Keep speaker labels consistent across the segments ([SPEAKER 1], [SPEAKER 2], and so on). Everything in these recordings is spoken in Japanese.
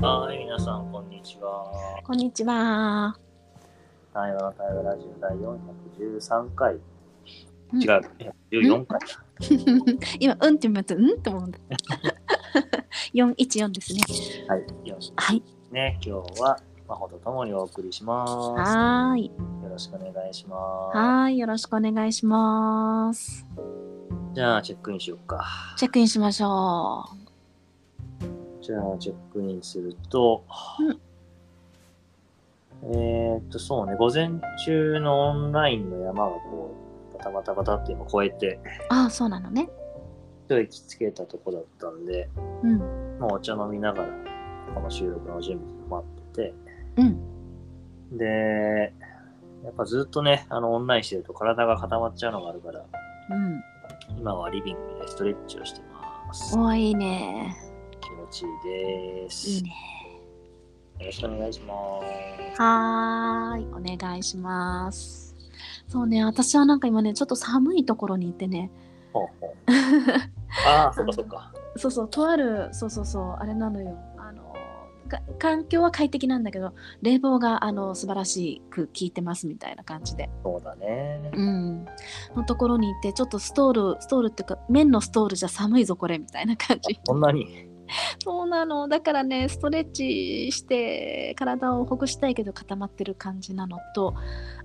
[SPEAKER 1] はい、皆さん、こんにちは。
[SPEAKER 2] こんにちは。
[SPEAKER 1] 対話の対話ラジオ第413回。
[SPEAKER 2] うん
[SPEAKER 1] 違う、114回だ。
[SPEAKER 2] 今、うんってまず、うんと思 うんだ。414ですね。
[SPEAKER 1] はい、よろしく
[SPEAKER 2] はい。
[SPEAKER 1] ね、今日は、まほとともにお送りしま
[SPEAKER 2] はーい。
[SPEAKER 1] す。よろしくお願いしま
[SPEAKER 2] はーい。よろしくお願いします。
[SPEAKER 1] す。じゃあ、チェックインしようか。
[SPEAKER 2] チェックインしましょ
[SPEAKER 1] じゃあ、チェックインすると、えーっと、そうね、午前中のオンラインの山がこう、バタバタバタって今越えて、
[SPEAKER 2] う。ああ、そうなのね。
[SPEAKER 1] 一息つけたとこだったんで、
[SPEAKER 2] うん。
[SPEAKER 1] まあ、お茶飲みながら、この収録の準備待って
[SPEAKER 2] うん。
[SPEAKER 1] て、で、やっぱずっとね、あの、オンラインしてると体が固まっちゃうのがあるから、今はリビングでストレッチをしてます
[SPEAKER 2] うん。。おーいいね。
[SPEAKER 1] 気持ちいいです。
[SPEAKER 2] いい
[SPEAKER 1] よ
[SPEAKER 2] ね。
[SPEAKER 1] ろしくお願いします。
[SPEAKER 2] はーい。お願いします。そうね、私はなんか今ね、ちょっと寒いところにいてね、
[SPEAKER 1] ほう ほうああ、そっかそっか。
[SPEAKER 2] そうそう、とある、そうそうそう、あれなのよ。あの、か環境は快適なんだけど、冷房があの素晴らしく効いてますみたいな感じで。
[SPEAKER 1] そうだね。
[SPEAKER 2] うん。のところに行って、ちょっとストール、ストールっていうか、麺のストールじゃ寒いぞ、これみたいな感じ。
[SPEAKER 1] そんなに。
[SPEAKER 2] そうなの。だからね、ストレッチして、体をほぐしたいけど固まってる感じなのと、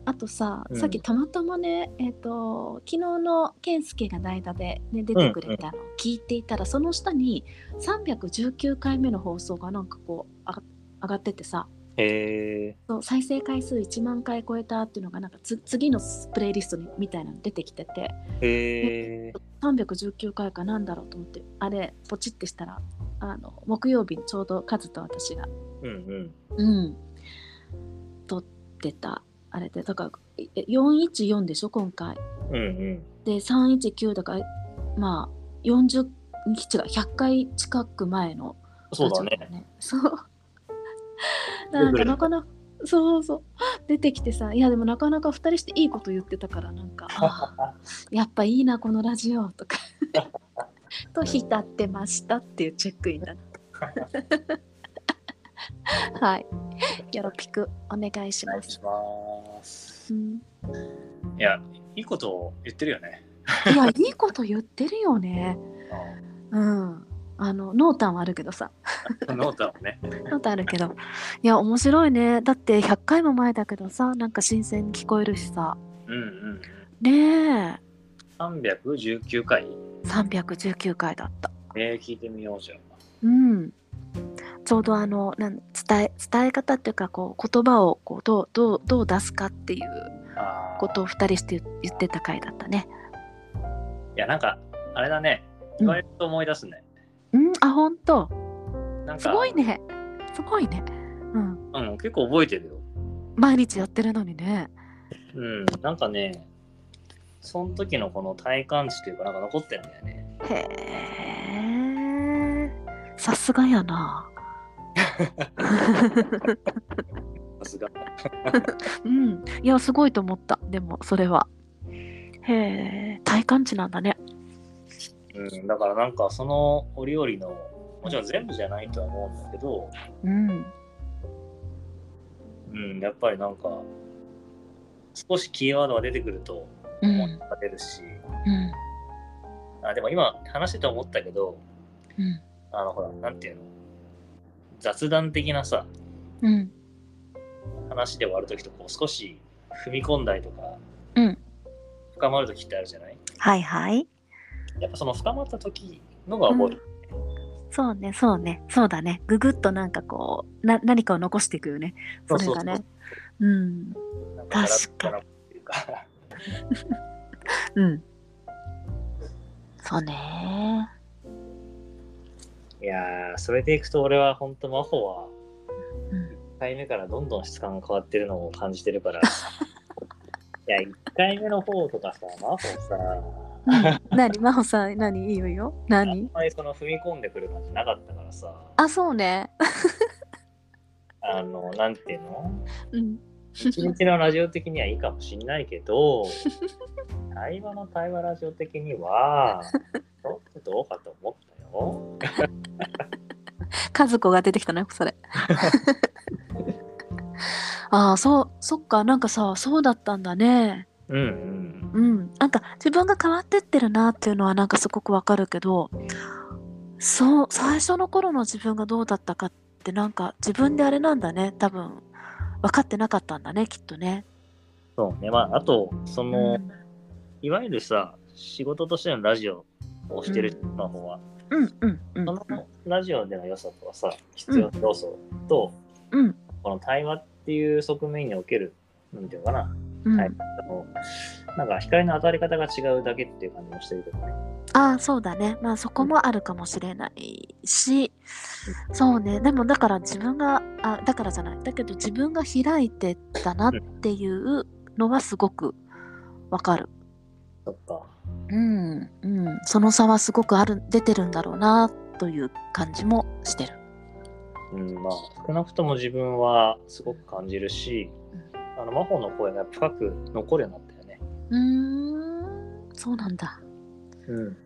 [SPEAKER 2] あとさ、
[SPEAKER 1] うん
[SPEAKER 2] さっきたまたまね、えっ、と、昨日の健介が代打で、ね、出てくれたのを聞いていたら、その下に319回目の放送がなんかこう、あ上がっててさ、
[SPEAKER 1] へえ。
[SPEAKER 2] そう再生回数1万回超えたっていうのがなんかつ次のプレイリストにみたいなの出てきてて
[SPEAKER 1] へえ。
[SPEAKER 2] 319回かなんだろうと思ってあれポチってしたらあの木曜日にちょうどカズと私が
[SPEAKER 1] うんうん。
[SPEAKER 2] うん撮ってたあれでだからえ414でしょ今回
[SPEAKER 1] うんうん。
[SPEAKER 2] で319だからまあ40基地が100回近く前の
[SPEAKER 1] そうだね。
[SPEAKER 2] そう なんかなかなかそうそう出てきてさいやでもなかなか2人していいこと言ってたからなんかあ ーやっぱいいなこのラジオとかと浸ってましたっていうチェックインだった はいよろぴくお願いし
[SPEAKER 1] お願
[SPEAKER 2] ま
[SPEAKER 1] い
[SPEAKER 2] す
[SPEAKER 1] し、ます。
[SPEAKER 2] うん、
[SPEAKER 3] いや、いいことを言ってるよね。
[SPEAKER 2] いやいいこと言ってるよねうんあの濃淡はあるけどさ
[SPEAKER 3] ノータをね。
[SPEAKER 2] なんてあるけど。いや、面白いね。だって100回も前だけどさ、なんか新鮮に聞こえるしさ。
[SPEAKER 3] うんうん。
[SPEAKER 2] ねえ、
[SPEAKER 3] 319回
[SPEAKER 2] 319回だった。
[SPEAKER 3] えー、聞いてみようじゃん。
[SPEAKER 2] うん。ちょうどあの、なん伝え、伝え方っていうか、こう、言葉をこうどう、どう、どう出すかっていう
[SPEAKER 3] あー
[SPEAKER 2] ことを2人して言言ってた回だったね。
[SPEAKER 3] いや、なんか、あれだね。言われると思い出すね。
[SPEAKER 2] うん、あ、ほんと。
[SPEAKER 3] なんか、
[SPEAKER 2] すごいね。すごいね。うん。
[SPEAKER 3] うん、結構覚えてるよ。
[SPEAKER 2] 毎日やってるのにね。
[SPEAKER 3] うん、なんかね、その時のこの体感値というか、なんか残ってるんだよね。
[SPEAKER 2] へえ。さすがやな。
[SPEAKER 3] さすが。
[SPEAKER 2] うん、いやすごいと思ったでもそれはへえ体感値なんだね
[SPEAKER 3] うん、だからなんか、その折々の、もちろん全部じゃないとは思うんだけど、
[SPEAKER 2] うん
[SPEAKER 3] うん、やっぱりなんか、少しキーワードが出てくると、
[SPEAKER 2] う
[SPEAKER 3] 思い
[SPEAKER 2] ん
[SPEAKER 3] が出るし、
[SPEAKER 2] うん
[SPEAKER 3] あでも今話してて思ったけど
[SPEAKER 2] うん
[SPEAKER 3] あのほらなんていうの雑談的なさ
[SPEAKER 2] うん
[SPEAKER 3] 話で終わる時とこう少し踏み込んだりとか、
[SPEAKER 2] うん
[SPEAKER 3] 深まる時ってあるじゃない
[SPEAKER 2] はいはい
[SPEAKER 3] やっぱその深まった時のが覚える、
[SPEAKER 2] そうねそうねそうだねググッとなんかこうな何かを残していくよねそれがねうん
[SPEAKER 3] なん
[SPEAKER 2] 確か
[SPEAKER 3] ガラッというか
[SPEAKER 2] うんそうね
[SPEAKER 3] いやーそれでいくと俺は本当真帆は
[SPEAKER 2] うん
[SPEAKER 3] 1回目からどんどん質感が変わってるのを感じてる からいや1回目の方とかさ真帆さ
[SPEAKER 2] うん何真帆さん何いいよいいよ
[SPEAKER 3] あん
[SPEAKER 2] 何
[SPEAKER 3] まりその踏み込んでくる感じなかったからさ
[SPEAKER 2] あそうね
[SPEAKER 3] あのなんていうの
[SPEAKER 2] うん
[SPEAKER 3] 一日のラジオ的にはいいかもしんないけ ど対話の対話ラジオ的にはちょっとどうかと思ったよ。
[SPEAKER 2] 考和子が出てきたね それああそうそっかなんかさそうだったんだね
[SPEAKER 3] うんうん
[SPEAKER 2] うんなんか自分が変わってってるなっていうのはなんかすごくわかるけどそう最初の頃の自分がどうだったかってなんか自分であれなんだね多分分かってなかったんだねきっとね
[SPEAKER 3] そうねまああとその、
[SPEAKER 2] うん
[SPEAKER 3] いわゆるさ仕事としてのラジオをしてるスマホは、
[SPEAKER 2] うんうんうん
[SPEAKER 3] そのラジオでの良さとはさ必要な要素と、
[SPEAKER 2] うん
[SPEAKER 3] この対話っていう側面におけるなんていうのかな、
[SPEAKER 2] うん
[SPEAKER 3] はいあのなんか光の当たり方が違うだけっていう感じもしてるけどね
[SPEAKER 2] ああそうだねまあそこもあるかもしれないしそうねでもだから自分があだからじゃないだけど自分が開いてったなっていうのはすごくわかる
[SPEAKER 3] そっか
[SPEAKER 2] うんうんその差はすごくある出てるんだろうなという感じもしてる
[SPEAKER 3] うんまあ少なくとも自分はすごく感じるしあの魔法の声が深く残るようになったよね
[SPEAKER 2] うーんそうなんだ
[SPEAKER 3] うん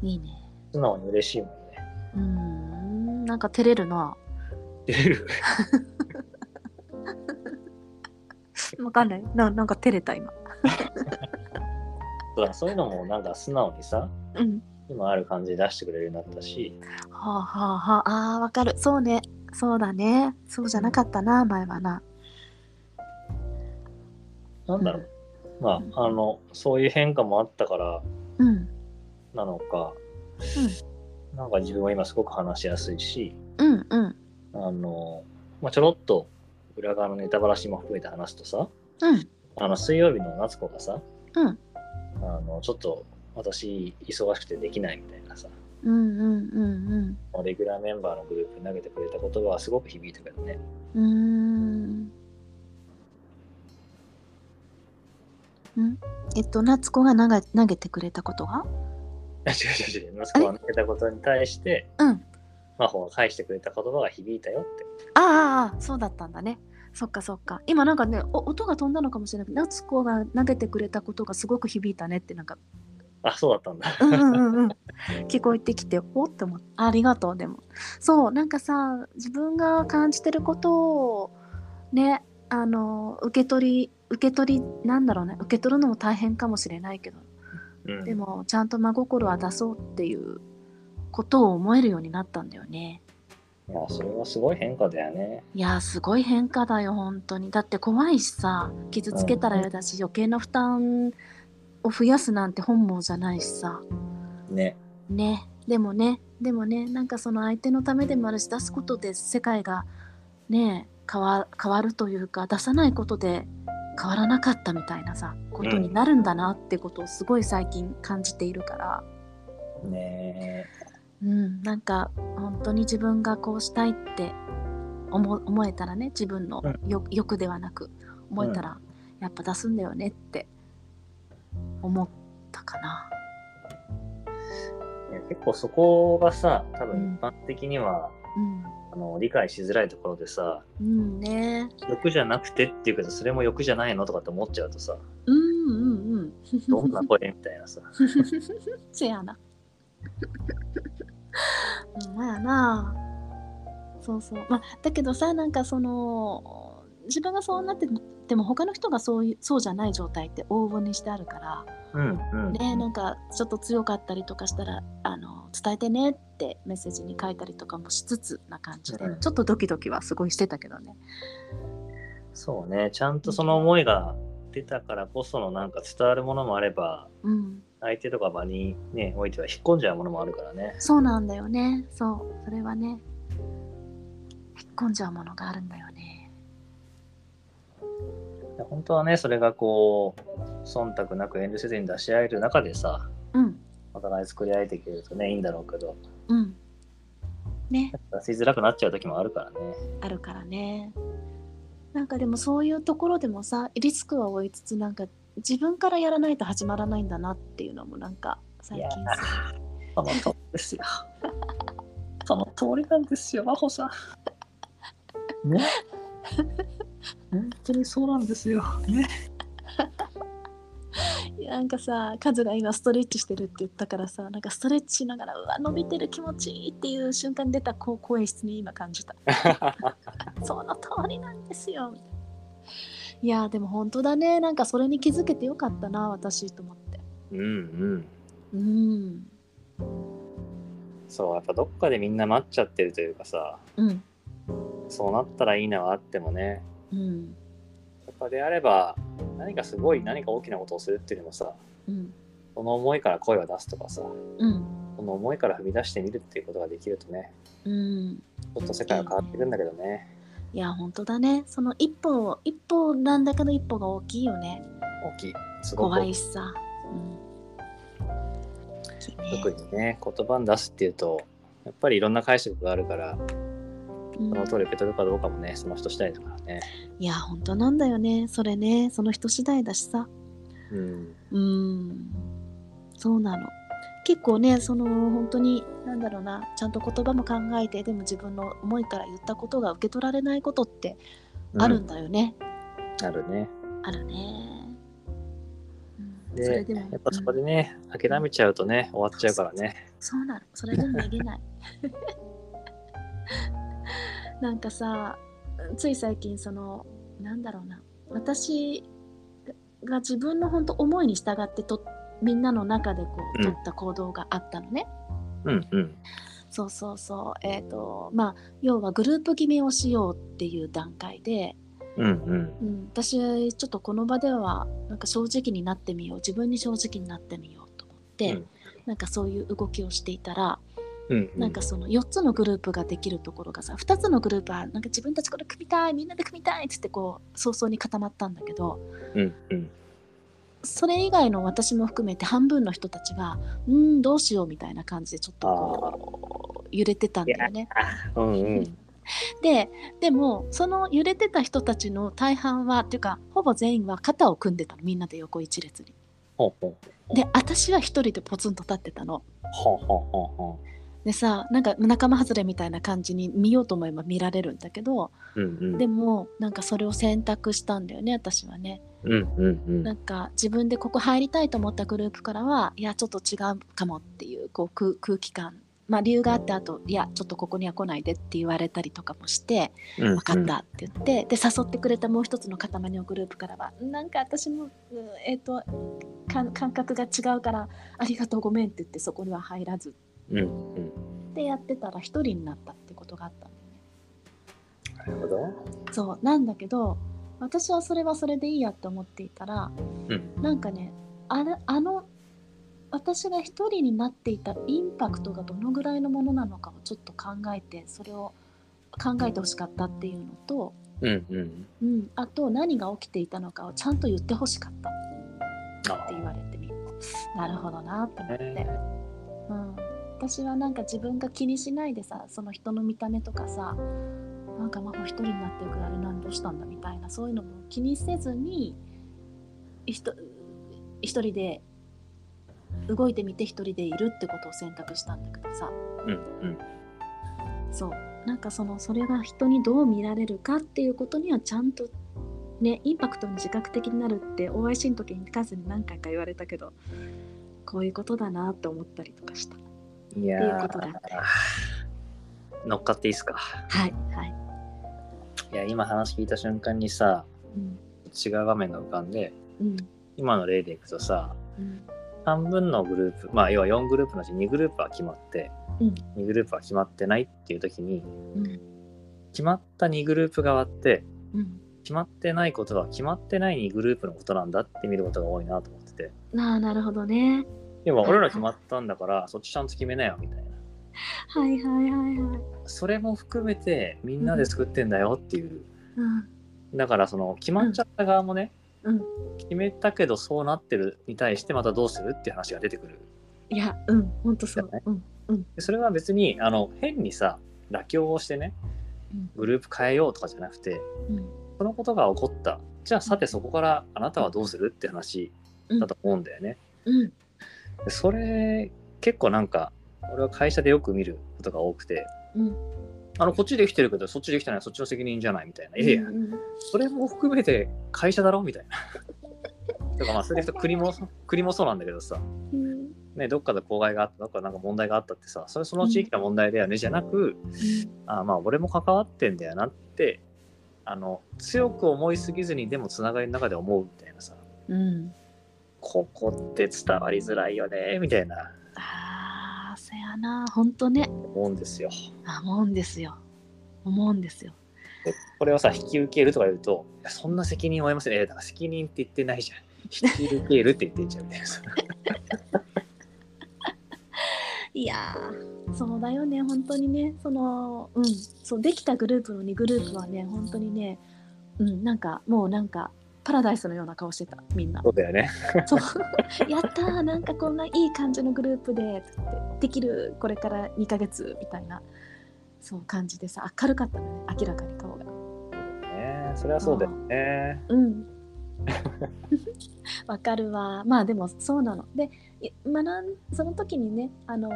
[SPEAKER 2] いいね
[SPEAKER 3] 素直に嬉しいもんね
[SPEAKER 2] うーんなんか照れるな
[SPEAKER 3] 出る
[SPEAKER 2] わかんないななんか照れた今
[SPEAKER 3] そうだそういうのもなんか素直にさ
[SPEAKER 2] うん
[SPEAKER 3] 今ある感じで出してくれるようになったし
[SPEAKER 2] はあはあはあ、あーわかる。そうね。そうだね。そうじゃなかったな、前はな。
[SPEAKER 3] なんだろう、まああのそういう変化もあったから
[SPEAKER 2] うん。うん。
[SPEAKER 3] なのか、なんか自分は今すごく話しやすいし
[SPEAKER 2] うんうん。
[SPEAKER 3] あの、まあ、ちょろっと裏側のネタばらしも含めて話すとさ
[SPEAKER 2] うん。
[SPEAKER 3] あの水曜日の夏子がさ、
[SPEAKER 2] う
[SPEAKER 3] あ
[SPEAKER 2] ん
[SPEAKER 3] のちょっと私忙しくてできないみたいなさ
[SPEAKER 2] うんうんうん
[SPEAKER 3] レギュラーメンバーのグループに投げてくれた言葉はすごく響いたけどね
[SPEAKER 2] うん。うーん。んえっと、夏子が投げ投げてくれたことが
[SPEAKER 3] 違う違う違う、息子が投げたことに対して、
[SPEAKER 2] うん。あ
[SPEAKER 3] 真帆が返してくれた言葉が響いたよって。
[SPEAKER 2] あああ、そうだったんだね。そっかそっか。今なんかね、お音が飛んだのかもしれないけど、夏子が投げてくれたことがすごく響いたねって、なんか、
[SPEAKER 3] あ、そうだったんだ。
[SPEAKER 2] うんうんうんうん。聞こえてきておって思ったありがとうでもそうなんかさ自分が感じてることをねあの受け取り受け取りなんだろうね受け取るのも大変かもしれないけど
[SPEAKER 3] うん、
[SPEAKER 2] でもちゃんと真心は出そうっていうことを思えるようになったんだよね
[SPEAKER 3] いや、それはすごい変化だよね。
[SPEAKER 2] いやーすごい変化だよ本当にだって怖いしさ傷つけたら嫌だし余計な負担を増やすなんて本望じゃないしさ
[SPEAKER 3] ね。
[SPEAKER 2] ねでもねでもねなんかその相手のためでもあるし出すことで世界がね変わ変わるというか出さないことで変わらなかったみたいなさことになるんだなってことをすごい最近感じているから、
[SPEAKER 3] ね
[SPEAKER 2] うん、なんか本当に自分がこうしたいって思思えたらね自分の欲,、欲ではなく思えたら、やっぱ出すんだよねって思ったかな。
[SPEAKER 3] いや結構そこがさ、多
[SPEAKER 2] うん
[SPEAKER 3] 分一般的には、
[SPEAKER 2] うん、
[SPEAKER 3] あの理解しづらいところでさ、
[SPEAKER 2] うんね
[SPEAKER 3] 欲じゃなくてっていうけど、それも欲じゃないのとかって思っちゃうと さ、
[SPEAKER 2] うんうんうん
[SPEAKER 3] どんな声みたいなさ。
[SPEAKER 2] せやな。 ほんまやな。そうそう。まあ、だけどさ、なんかその、自分がそうなってても、他の人がそういうそうじゃない状態って往々にしてあるか
[SPEAKER 3] う
[SPEAKER 2] ら、
[SPEAKER 3] んうん。
[SPEAKER 2] ね、なんかちょっと強かったりとかしたら、あの伝えてねってメッセージに書いたりとかもしつつな感じで、
[SPEAKER 3] うん
[SPEAKER 2] ちょっとドキドキはすごいしてたけどね。
[SPEAKER 3] そうね。ちゃんとその思いが出たからこそのなんか伝わるものもあれば、
[SPEAKER 2] うん、
[SPEAKER 3] 相手とか場にね、おいては引っ込んじゃうものもあるからね。
[SPEAKER 2] そうなんだよね。そう、それはね、引っ込んじゃうものがあるんだよね。
[SPEAKER 3] 本当はねそれがこう忖度なく遠慮せずに出し合える中でさ
[SPEAKER 2] うん、
[SPEAKER 3] お互い作り合えていけるとねいいんだろうけど
[SPEAKER 2] うん。ね。
[SPEAKER 3] 出しづらくなっちゃう時もあるからね
[SPEAKER 2] あるからねなんかでもそういうところでもさリスクは負いつつなんか自分からやらないと始まらないんだなっていうのもなんか最近
[SPEAKER 3] いやその通りですよ その通りなんですよ真帆さんね本当にそうなんですよね
[SPEAKER 2] さなんかさカズが今ストレッチしてるって言ったからさなんかストレッチしながらうわ伸びてる気持ちいいっていう瞬間に出たこう声質に今感 じたその通りなんですよみたいないやでも本当だねなんかそれに気づけてよかったな私と思って
[SPEAKER 3] うんうん。
[SPEAKER 2] うん
[SPEAKER 3] そう、やっぱどっかでみんな待っちゃってるというかさ、
[SPEAKER 2] うん
[SPEAKER 3] そうなったらいいなはあってもね、
[SPEAKER 2] うん
[SPEAKER 3] やっぱであれば、何かすごい何か大きなことをするっていうのもさ、
[SPEAKER 2] うん
[SPEAKER 3] その思いから声を出すとかさ、
[SPEAKER 2] うん
[SPEAKER 3] その思いから踏み出してみるっていうことができるとね、
[SPEAKER 2] うん
[SPEAKER 3] ちょっと世界は変わってくるんだけどね。
[SPEAKER 2] いや本当だねその一歩一歩なんだかの一歩が大きいよね
[SPEAKER 3] 大きい。すごく
[SPEAKER 2] 怖
[SPEAKER 3] 大き
[SPEAKER 2] い
[SPEAKER 3] い。
[SPEAKER 2] しさ、うん、大きいね
[SPEAKER 3] 特にね、言葉に出すっていうと、やっぱりいろんな解釈があるから、
[SPEAKER 2] うん
[SPEAKER 3] その通り受け取るかどうかもね、その人次第だからね。
[SPEAKER 2] いや本当なんだよねそれねその人次第だしさ
[SPEAKER 3] うん。
[SPEAKER 2] うーんそうなの結構ねその本当に何だろうなちゃんと言葉も考えてでも自分の思いから言ったことが受け取られないことってあるんだよね、
[SPEAKER 3] あるね。
[SPEAKER 2] あるね、うん、
[SPEAKER 3] で
[SPEAKER 2] それでも
[SPEAKER 3] やっぱそこ
[SPEAKER 2] うん
[SPEAKER 3] でね、諦めちゃうとね、終わっちゃうからね。
[SPEAKER 2] そうなのそれでも逃げない なんかさつい最近そのなんだろうな私が自分の本当思いに従ってとみんなの中でこ
[SPEAKER 3] う
[SPEAKER 2] うん取った行動があったのね、
[SPEAKER 3] うんうん。
[SPEAKER 2] そうそうそうえっ、とまあ要はグループ決めをしようっていう段階で、
[SPEAKER 3] うんうん。
[SPEAKER 2] うん、私ちょっとこの場ではなんか正直になってみよう自分に正直になってみようと思って、
[SPEAKER 3] うん
[SPEAKER 2] なんかそういう動きをしていたら、
[SPEAKER 3] うんうん、
[SPEAKER 2] なんかその4つのグループができるところがさ2つのグループはなんか自分たちこれ組みたいみんなで組みたいっつってこう早々に固まったんだけど
[SPEAKER 3] うんうん
[SPEAKER 2] それ以外の私も含めて半分の人たちがうーんどうしようみたいな感じでちょっとこう揺れてたんだよね。
[SPEAKER 3] うんうん
[SPEAKER 2] ででもその揺れてた人たちの大半はっていうかほぼ全員は肩を組んでたのみんなで横一列に。
[SPEAKER 3] ほうほ
[SPEAKER 2] で私は一人でポツンと立ってたの。
[SPEAKER 3] うほうほうほうほ
[SPEAKER 2] でさなんか仲間外れみたいな感じに見ようと思えば見られるんだけど、
[SPEAKER 3] ううんうん
[SPEAKER 2] でもなんかそれを選択したんだよね私はね
[SPEAKER 3] うんうんう
[SPEAKER 2] なんんか自分でここ入りたいと思ったグループからはいやちょっと違うかもっていうこう空空気感まあ理由があってあといやちょっとここには来ないでって言われたりとかもして
[SPEAKER 3] 分
[SPEAKER 2] 分かったって言って、で誘ってくれたもう一つの塊のグループからはなんか私も、うんえっとかん感覚が違うからありがとうごめんって言ってそこには入らず
[SPEAKER 3] うんうん
[SPEAKER 2] ってやってたら一人になったってことがあったんだよね。
[SPEAKER 3] なるほど
[SPEAKER 2] そうなんだけど私はそれはそれでいいやって思っていたら、
[SPEAKER 3] うん
[SPEAKER 2] なんかねあれあの私が一人になっていたインパクトがどのぐらいのものなのかをちょっと考えてそれを考えてほしかったっていうのと、
[SPEAKER 3] うんうん
[SPEAKER 2] うん、あと何が起きていたのかをちゃんと言ってほしかった
[SPEAKER 3] あ
[SPEAKER 2] って言われてみるなるほどなって思って、
[SPEAKER 3] え
[SPEAKER 2] うん、私はなんか自分が気にしないでさその人の見た目とかさなんかまあお一人になってるからあれ何どうしたんだみたいなそういうのも気にせずにひと一人で動いてみて一人でいるってことを選択したんだけどさ
[SPEAKER 3] うんうん
[SPEAKER 2] そうなんかそのそれが人にどう見られるかっていうことにはちゃんとねインパクトに自覚的になるって OIC の時にカズに何回か言われたけどこういうことだなって思ったりとかした。
[SPEAKER 3] い
[SPEAKER 2] っていう
[SPEAKER 3] や
[SPEAKER 2] ことだ
[SPEAKER 3] ー
[SPEAKER 2] ったよ
[SPEAKER 3] 乗っかっていいっすか
[SPEAKER 2] はいはい。
[SPEAKER 3] いや今話聞いた瞬間にさ
[SPEAKER 2] うん
[SPEAKER 3] 違う画面が浮かんで
[SPEAKER 2] うん
[SPEAKER 3] 今の例でいくとさ
[SPEAKER 2] うん
[SPEAKER 3] 半分のグループまあ要は4グループのうち2グループは決まって
[SPEAKER 2] うん
[SPEAKER 3] 2グループは決まってないっていう時に
[SPEAKER 2] うん
[SPEAKER 3] 決まった2グループ側って
[SPEAKER 2] うん。
[SPEAKER 3] 決まってないことは決まってない2グループのことなんだって見ることが多いなと思ってて
[SPEAKER 2] なあなるほどね。
[SPEAKER 3] 要は俺ら決まったんだからそっちちゃんと決めなよみたいな
[SPEAKER 2] はいはいはいはい。
[SPEAKER 3] それも含めてみんなで作ってんだよっていう
[SPEAKER 2] うん
[SPEAKER 3] だからその決まっちゃった側もね、
[SPEAKER 2] うん。
[SPEAKER 3] 決めたけどそうなってるに対してまたどうするっていう話が出てくる
[SPEAKER 2] いやうん本当そう
[SPEAKER 3] だね。
[SPEAKER 2] うん
[SPEAKER 3] でそれは別にあの変にさ妥協をしてね
[SPEAKER 2] うん
[SPEAKER 3] グループ変えようとかじゃなくて
[SPEAKER 2] うん
[SPEAKER 3] そのことが起こったじゃあさてそこからあなたはどうするって話だと思うんだよね、
[SPEAKER 2] うん
[SPEAKER 3] でそれ結構なんか俺は会社でよく見ることが多くて
[SPEAKER 2] うん。
[SPEAKER 3] あのこっちできてるけどそっちできてないそっちの責任じゃないみたいないやいや
[SPEAKER 2] うんうん
[SPEAKER 3] それも含めて会社だろみたいな とかまあそれで言うと国も国もそうなんだけどさ、
[SPEAKER 2] うん
[SPEAKER 3] ね、どっかで公害があったどっかなんか問題があったってさそれその地域の問題だよね、じゃなくあまあ俺も関わってんだよなってあの強く思いすぎずにでもつながりの中で思うみたいなさ
[SPEAKER 2] うん
[SPEAKER 3] ここって伝わりづらいよねみたいな
[SPEAKER 2] ああそやなほんとね
[SPEAKER 3] 思うんですよ。
[SPEAKER 2] あ思うんですよ思うんですよ
[SPEAKER 3] でこれをさ引き受けるとか言うといやそんな責任負えませんえだから責任って言ってないじゃん引き受けるって言ってんじゃんみたいなさ
[SPEAKER 2] いやーそうだよね本当にねそのうんそうできたグループの2グループはね本当にねうんなんかもうなんかパラダイスのような顔してたみんな
[SPEAKER 3] そうだよね
[SPEAKER 2] そうやったーなんかこんないい感じのグループでつってできるこれから2ヶ月みたいなそう感じでさ明るかったのね明らかに顔が
[SPEAKER 3] ねそれはそうだよね
[SPEAKER 2] うん わかるわまあでもそうなのでい学んその時にねあの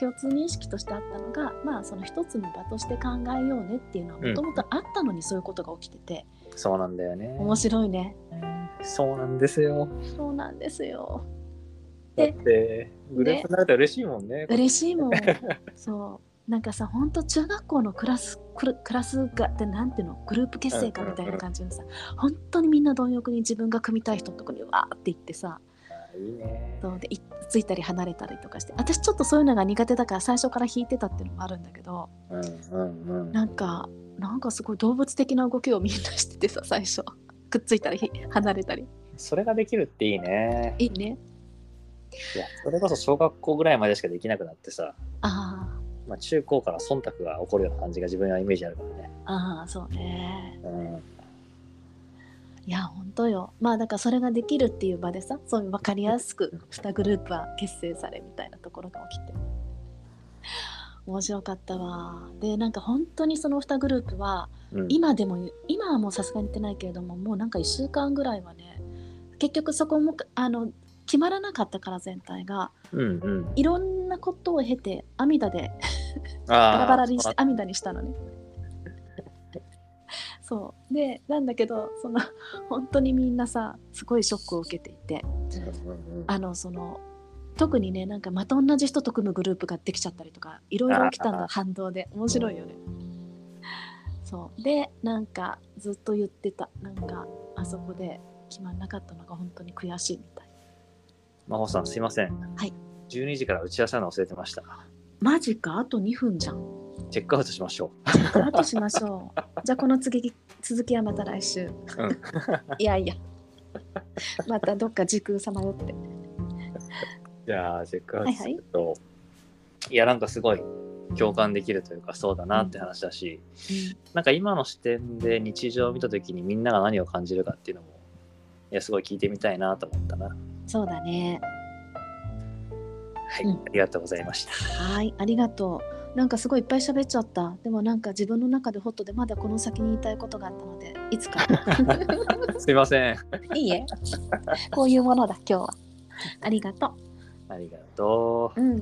[SPEAKER 2] 共通認識としてあったのがまあその一つの場として考えようねっていうのは
[SPEAKER 3] うん
[SPEAKER 2] もともとあったのにそういうことが起きてて、
[SPEAKER 3] そうなんだよね
[SPEAKER 2] 面白いね
[SPEAKER 3] そうなんですよ
[SPEAKER 2] そうなんですよ
[SPEAKER 3] だっ
[SPEAKER 2] で
[SPEAKER 3] てグループになると嬉しいもんね
[SPEAKER 2] 嬉しい もんそうなんかさほんと中学校のクラスクラクラスがってなんていうのグループ結成かみたいな感じのさ、本当にみんな貪欲に自分が組みたい人のとこにわーって行ってさ
[SPEAKER 3] いいね
[SPEAKER 2] そうでいついたり離れたりとかして私ちょっとそういうのが苦手だから最初から引いてたっていうのもあるんだけど
[SPEAKER 3] うんうんうん
[SPEAKER 2] なんかなんかすごい動物的な動きをみんなしててさ 最初くっついたりひ離れたり
[SPEAKER 3] それができるっていいね
[SPEAKER 2] いいね
[SPEAKER 3] いやそれこそ小学校ぐらいまでしかできなくなってさ、
[SPEAKER 2] あ
[SPEAKER 3] まあ、中高から忖度が起こるような感じが自分はイメージあるからね
[SPEAKER 2] ーあーそうね
[SPEAKER 3] うん
[SPEAKER 2] いや本当よまあだからそれができるっていう場でさそういう分かりやすく2グループは結成されみたいなところが起きて面白かったわでなんか本当にその2グループは
[SPEAKER 3] うん
[SPEAKER 2] 今でも今はもうさすがに言ってないけれどももうなんか1週間ぐらいはね結局そこもあの決まらなかったから全体が
[SPEAKER 3] うんうん
[SPEAKER 2] いろんなことを経て阿弥陀でバラ
[SPEAKER 3] あ
[SPEAKER 2] バ
[SPEAKER 3] あ
[SPEAKER 2] ラにして網田にしたのね。そうでなんだけどその本当にみんなさすごいショックを受けていてあのその特にねなんかまた同じ人と組むグループができちゃったりとかいろいろ起きたんだ反動で面白いよね。そうでなんかずっと言ってたなんかあそこで決まんなかったのが本当に悔しいみたい。
[SPEAKER 3] 真帆さんすいません
[SPEAKER 2] はい
[SPEAKER 3] 12時から打ち合わせなの忘れてました
[SPEAKER 2] マジかあと2分じゃん。
[SPEAKER 3] チェックアウトしましょう
[SPEAKER 2] あとしましょう。 じゃあこの次続きはまた来週。
[SPEAKER 3] うん
[SPEAKER 2] いやいや。またどっか時空さまよって。
[SPEAKER 3] じゃあチェックアウト
[SPEAKER 2] はい
[SPEAKER 3] す
[SPEAKER 2] はい
[SPEAKER 3] る。と、いやなんかすごい共感できるというかそうだなって話だし、なんか今の視点で日常を見た時にみんなが何を感じるかっていうのもいやすごい聞いてみたいなと思ったな、は
[SPEAKER 2] そうだね。
[SPEAKER 3] い
[SPEAKER 2] うん
[SPEAKER 3] ありがとうございました
[SPEAKER 2] はい、ありがとう。なんかすごいいっぱい喋っちゃった。でもなんか自分の中でホットでまだこの先に言いたいことがあったので、いつ か。
[SPEAKER 3] すいません
[SPEAKER 2] いいえ。こういうものだ、今日は。ありがと
[SPEAKER 3] ありがと
[SPEAKER 2] う。うん。
[SPEAKER 3] う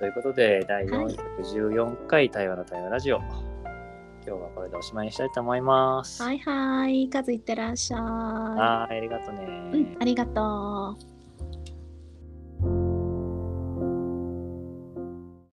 [SPEAKER 3] ということで第414回対話の対話ラジオ、今日はこれでおしまいにしたいと思います
[SPEAKER 2] はいはい。カズいってらっしゃい。
[SPEAKER 3] はいありがとうね、
[SPEAKER 2] うん、ありがとう。